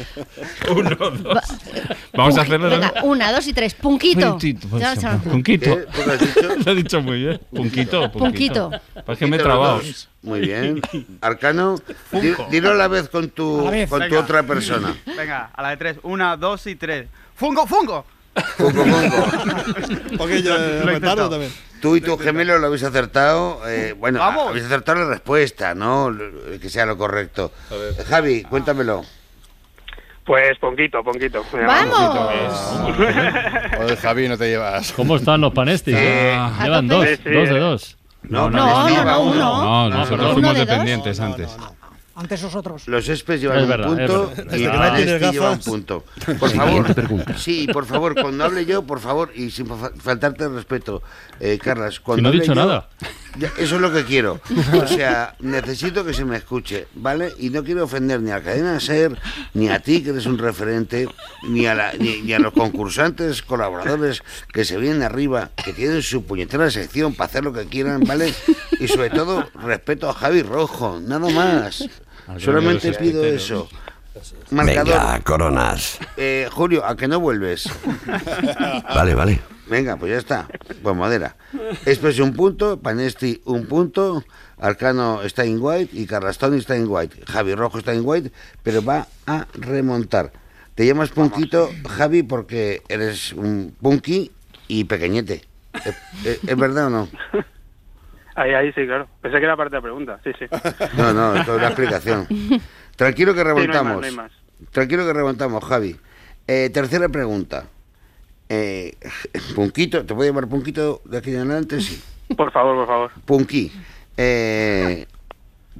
S10: Uno, dos. Vamos a hacerlo.
S22: Venga, una, dos y tres. Punquito.
S10: Punquito, pues,
S22: Ya, chaval.
S10: Punquito.
S4: ¿Qué? ¿Tú lo has dicho?
S10: Lo he dicho muy bien. Punquito.
S22: Punquito.
S10: Punquito. Es que me he trabado.
S4: Muy bien. Arcano, di- dilo a la vez con tu,
S9: A la vez.
S4: con tu
S9: Venga.
S4: otra persona.
S9: Venga, a la de tres. Una, dos y tres. ¡Fungo, fungo!
S4: Funko, Funko.
S14: Ok, ya, ya, ya,
S9: Lo he
S14: retardo
S9: intentado.
S14: también.
S4: Tú y tu gemelo lo habéis acertado. eh, bueno,
S9: Vamos.
S4: habéis acertado la respuesta, ¿no? Lo- Que sea lo correcto. Javi, cuéntamelo.
S16: Pues Ponquito, Ponquito. me llamaban.
S22: ¡Vamos!
S7: Joder, Javi, no te llevas.
S28: ¿Cómo están los panestis? eh?
S10: Ah.
S28: Llevan
S22: A
S28: dos,
S10: tope. Sí, sí.
S28: dos de dos.
S4: No,
S10: no,
S4: Vanesti
S22: no,
S4: va
S22: no, uno.
S10: No,
S4: No,
S10: nosotros
S4: no,
S10: fuimos
S22: ¿Uno de dos?
S10: dependientes antes.
S13: Ante esos otros.
S4: Los espes llevan
S28: Es verdad,
S4: un
S28: es
S4: punto
S28: verdad.
S4: y
S28: Desde que no
S4: Vanesti
S14: tienes
S4: lleva un
S14: gafas.
S4: punto. Por
S21: Siguiente
S4: favor.
S21: pregunta.
S4: Sí, por favor, cuando hable yo, por favor, y sin fa- faltarte el respeto, eh, Carlas, cuando
S28: Si no he
S4: hable
S28: dicho
S4: yo-
S28: nada.
S4: Ya, Eso es lo que quiero. O sea, necesito que se me escuche, ¿vale? Y no quiero ofender ni a Cadena Ser, ni a ti, que eres un referente, ni a, la- ni, ni a los concursantes, colaboradores que se vienen arriba, que tienen su puñetera sección para hacer lo que quieran, ¿vale? Y sobre todo, respeto a Javi Rojo, nada más. Ah, Solamente
S10: los
S4: pido
S10: esquiteros.
S4: eso. Marcador,
S21: Venga, coronas.
S4: eh, Julio, ¿a que no vuelves?
S21: Vale, vale.
S4: Venga, pues ya está. Pues madera. Espes un punto, Panesti un punto, Arcano está en white y Carrastoni está en white. Javi Rojo está en white, pero va a remontar. Te llamas Punquito, Javi, porque eres un punky y pequeñete. ¿Es, es- es verdad o no?
S16: Ahí, ahí sí, claro. Pensé que era parte de la pregunta. Sí, sí.
S4: No, no, esto es una explicación. Tranquilo que
S16: Sí, no hay más,
S4: remontamos.
S16: no hay más.
S4: Tranquilo que remontamos, Javi. Eh, tercera pregunta. Eh, punquito, ¿te puedo llamar Punquito de aquí en adelante? Sí.
S16: Por favor, por favor.
S4: Punky. Eh,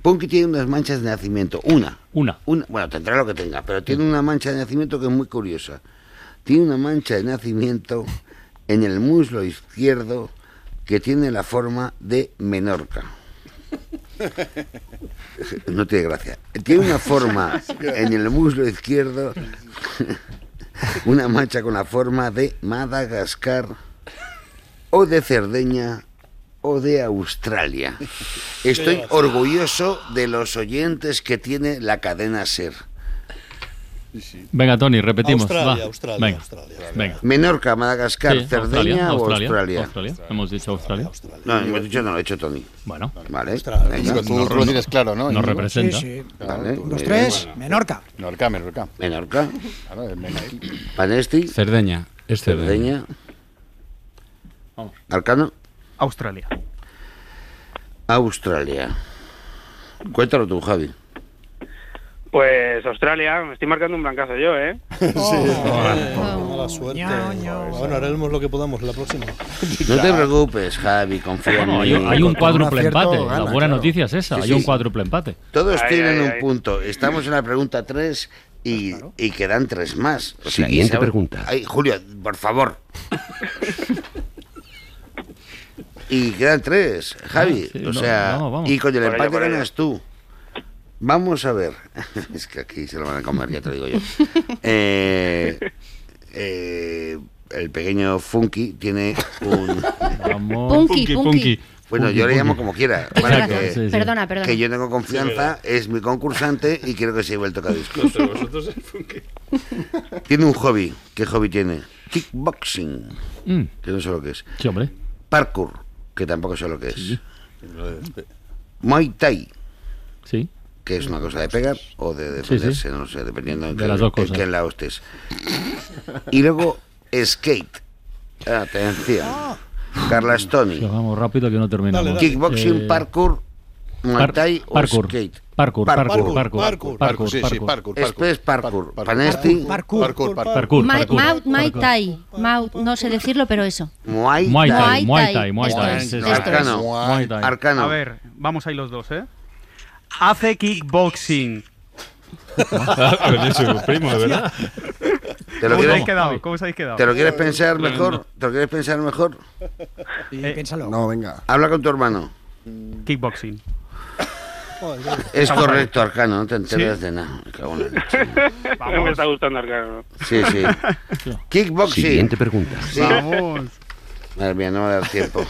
S4: Punky tiene unas manchas de nacimiento. Una.
S28: Una.
S4: una. Bueno, tendrá lo que tenga, pero tiene una mancha de nacimiento que es muy curiosa. Tiene una mancha de nacimiento en el muslo izquierdo que tiene la forma de Menorca. No tiene gracia. Tiene una forma en el muslo izquierdo, una mancha con la forma de Madagascar o de Cerdeña o de Australia. Estoy orgulloso de los oyentes que tiene la cadena Ser.
S28: Venga, Tony, repetimos.
S14: Australia,
S28: va.
S14: Australia,
S28: Venga.
S14: Australia.
S28: Venga.
S4: Menorca, Madagascar,
S28: Sí,
S4: Cerdeña o
S28: Australia,
S4: Australia.
S28: Australia. Hemos dicho Australia.
S4: No, hemos dicho no, lo ha hecho Tony.
S28: Bueno,
S4: Vale. venga,
S7: Íñigo, tú, tú lo tienes claro, ¿no?
S28: nos
S7: Íñigo?
S13: Sí,
S28: representa.
S13: sí.
S7: Claro,
S4: Vale.
S7: tú-
S13: Los tres, Menorca.
S7: Menorca, Menorca.
S4: Menorca,
S7: Claro, el Menorca.
S4: Panesti,
S10: Cerdeña. Es Cerdeña.
S4: Cerdeña. Arcano,
S9: Australia.
S4: Australia. Cuéntalo tú, Javi.
S16: Pues Australia, me estoy marcando un blancazo yo, ¿eh?
S14: Mala suerte.
S13: Ño, ño.
S14: Bueno, haremos lo que podamos la próxima.
S4: No te preocupes, Javi, confía en
S28: Bueno, hay,
S4: mí.
S28: hay un
S4: Con-
S28: cuádruple
S14: acierto,
S28: empate.
S14: gana,
S28: La buena
S14: claro.
S28: noticia es esa.
S4: Sí,
S28: hay
S4: sí,
S28: un
S4: sí.
S28: cuádruple empate.
S4: Todos
S16: Ay,
S4: tienen
S16: ay,
S4: un
S16: ay.
S4: punto. Estamos en la pregunta 3 y,
S28: Ah,
S4: y quedan tres más. O sea,
S21: Siguiente
S4: y sabe-
S21: pregunta.
S4: Ay, Julio, por favor. y quedan tres, Javi.
S28: Ah, sí,
S4: o
S28: no,
S4: sea,
S28: vamos, vamos.
S4: y con el
S16: Por ello,
S4: empate
S16: por ello.
S4: ganas tú. Vamos a ver. es que aquí se lo van a comer, ya te lo digo yo. Eh, eh, el pequeño Funky tiene un...
S22: Punky, Punky, Punky.
S4: Bueno,
S22: Punky,
S4: yo le
S22: Punky.
S4: llamo como quiera.
S22: Es
S4: para
S22: verdad. Sí, sí. Perdona, perdona.
S4: Que yo tengo confianza, es mi concursante y quiero que se lleve el tocadiscos.
S10: Vosotros el funky.
S4: tiene un hobby. ¿Qué hobby tiene? Kickboxing, que no sé lo que es.
S28: Mm. Sí, hombre.
S4: Parkour, que tampoco sé lo que es. Muay Thai.
S28: Sí.
S4: Que es una cosa de pegar o de defenderse, no sé, dependiendo en
S28: De
S4: qué-
S28: las dos
S4: en
S28: cosas.
S4: qué lado estés. Y luego, skate. Atención. Carla Stoni.
S28: vamos rápido que no terminamos.
S4: Kickboxing,
S28: Eh,
S4: parkour, Muay
S28: par-
S4: Thai o
S28: parkour.
S4: skate.
S28: Parkour, parkour, parkour, parkour, parkour,
S4: sí, sí,
S28: parkour.
S4: parkour. Después parkour. este Panesti.
S13: Parkour,
S4: parkour,
S28: parkour.
S22: Ma-
S28: parkour.
S22: Mau- Mai Tai. Mau- no sé decirlo, pero eso.
S4: Muay
S28: Muay
S4: Thai.
S28: Thai, Muay Thai, Muay
S22: Esto
S28: Thai.
S22: es,
S28: sí, sí,
S22: esto
S28: sí.
S22: es.
S4: Arcano.
S28: Muay Thai.
S4: Arcano.
S9: A ver, vamos ahí los dos, ¿eh? Hace kickboxing.
S10: A ver, yo soy un primo, de verdad.
S4: ¿Te lo
S9: ¿Cómo os
S4: quieres,
S9: habéis quedado? ¿Cómo os habéis quedado?
S4: ¿Te lo quieres pensar mejor? ¿Te lo quieres pensar mejor?
S9: Eh,
S13: piénsalo.
S4: No, venga. Habla con tu hermano.
S9: Kickboxing.
S4: Es
S9: Vamos a ver.
S4: correcto, Arcano, no te enteras
S9: Sí.
S4: de nada. Me cago en la leche.
S16: No me está gustando Arcano.
S4: Sí, sí. Kickboxing.
S21: Siguiente pregunta.
S4: Sí. Madre mía, no va a dar tiempo.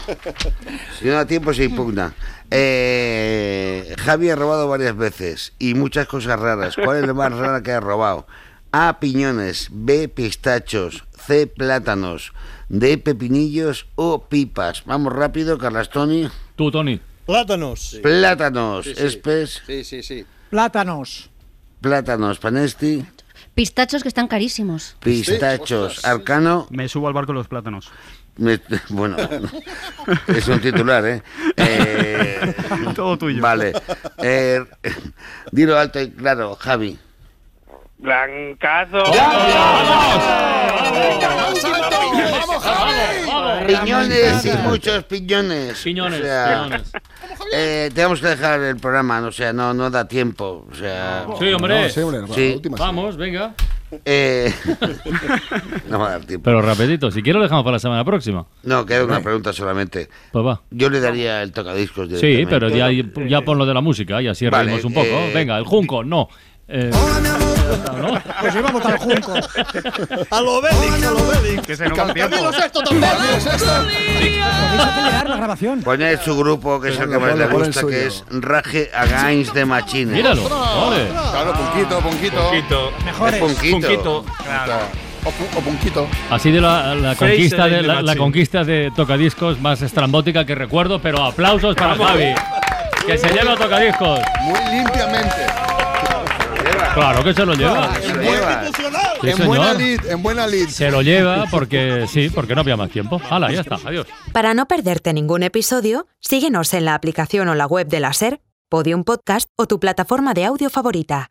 S4: Si no da tiempo, se impugna. Eh, Javi ha robado varias veces y muchas cosas raras. ¿Cuál es la más rara que ha robado? A. Piñones. B. Pistachos. C. Plátanos. D. Pepinillos o pipas. Vamos rápido, Carlas Tony.
S28: Tú, Tony.
S14: Plátanos.
S4: Plátanos. Espes.
S7: Sí, sí, sí.
S13: Plátanos.
S4: Plátanos. Panesti.
S22: Pistachos que están carísimos.
S4: Pistachos. Arcano.
S9: Me subo al barco de los plátanos.
S4: Me- bueno, es un titular, ¿eh? Eh,
S9: Todo tuyo.
S4: Vale. Eh, dilo alto y claro, Javi.
S16: Blancazo.
S4: Piñones y muchos piñones.
S28: Piñones,
S4: O sea,
S28: piñones.
S4: eh, tenemos que dejar el programa, o sea, no, no da tiempo. O sea,
S28: Sí, hombre.
S7: No, sí, hombre, la
S4: Sí.
S7: última sí.
S28: Vamos, venga.
S4: eh, no va a dar tiempo.
S28: Pero rapidito, si quiero lo dejamos para la semana próxima.
S4: No, queda una pregunta solamente.
S28: Pues va.
S4: Yo le daría el tocadiscos.
S28: Sí,
S4: directamente.
S28: pero ya, ya pon lo de la música, ya así
S4: Vale,
S28: reímos un poco.
S4: eh,
S28: Venga, el junco, no. Eh,
S13: Pues iba a votar junco.
S14: A lo Bélix, a lo Bélix.
S9: Que se nos va el tiempo.
S7: esto también!
S13: Podéis acelerar la grabación.
S4: Poner su grupo, que es el que más le gusta, que es Rage Against the Machine.
S28: Míralo.
S7: Claro, Punquito, Punquito.
S10: Punquito.
S4: Es Punquito.
S10: Punquito.
S7: O, pu- o Punquito.
S28: Así de la, la
S10: Face
S28: conquista
S10: and
S28: de
S10: the
S28: la, la
S10: Machine.
S28: conquista de tocadiscos más estrambótica que recuerdo, pero aplausos para
S10: Vamos.
S28: Javi. Que se lleva tocadiscos.
S7: Muy limpiamente.
S28: Claro que se lo lleva.
S4: Ah, Se lo lleva.
S28: Sí,
S7: en buena
S28: señor.
S7: lid, en buena lid.
S28: Se lo lleva porque sí, porque no había más tiempo. Hala, ya está. Adiós.
S8: Para no perderte ningún episodio, síguenos en la aplicación o la web de la SER, Podium Podcast o tu plataforma de audio favorita.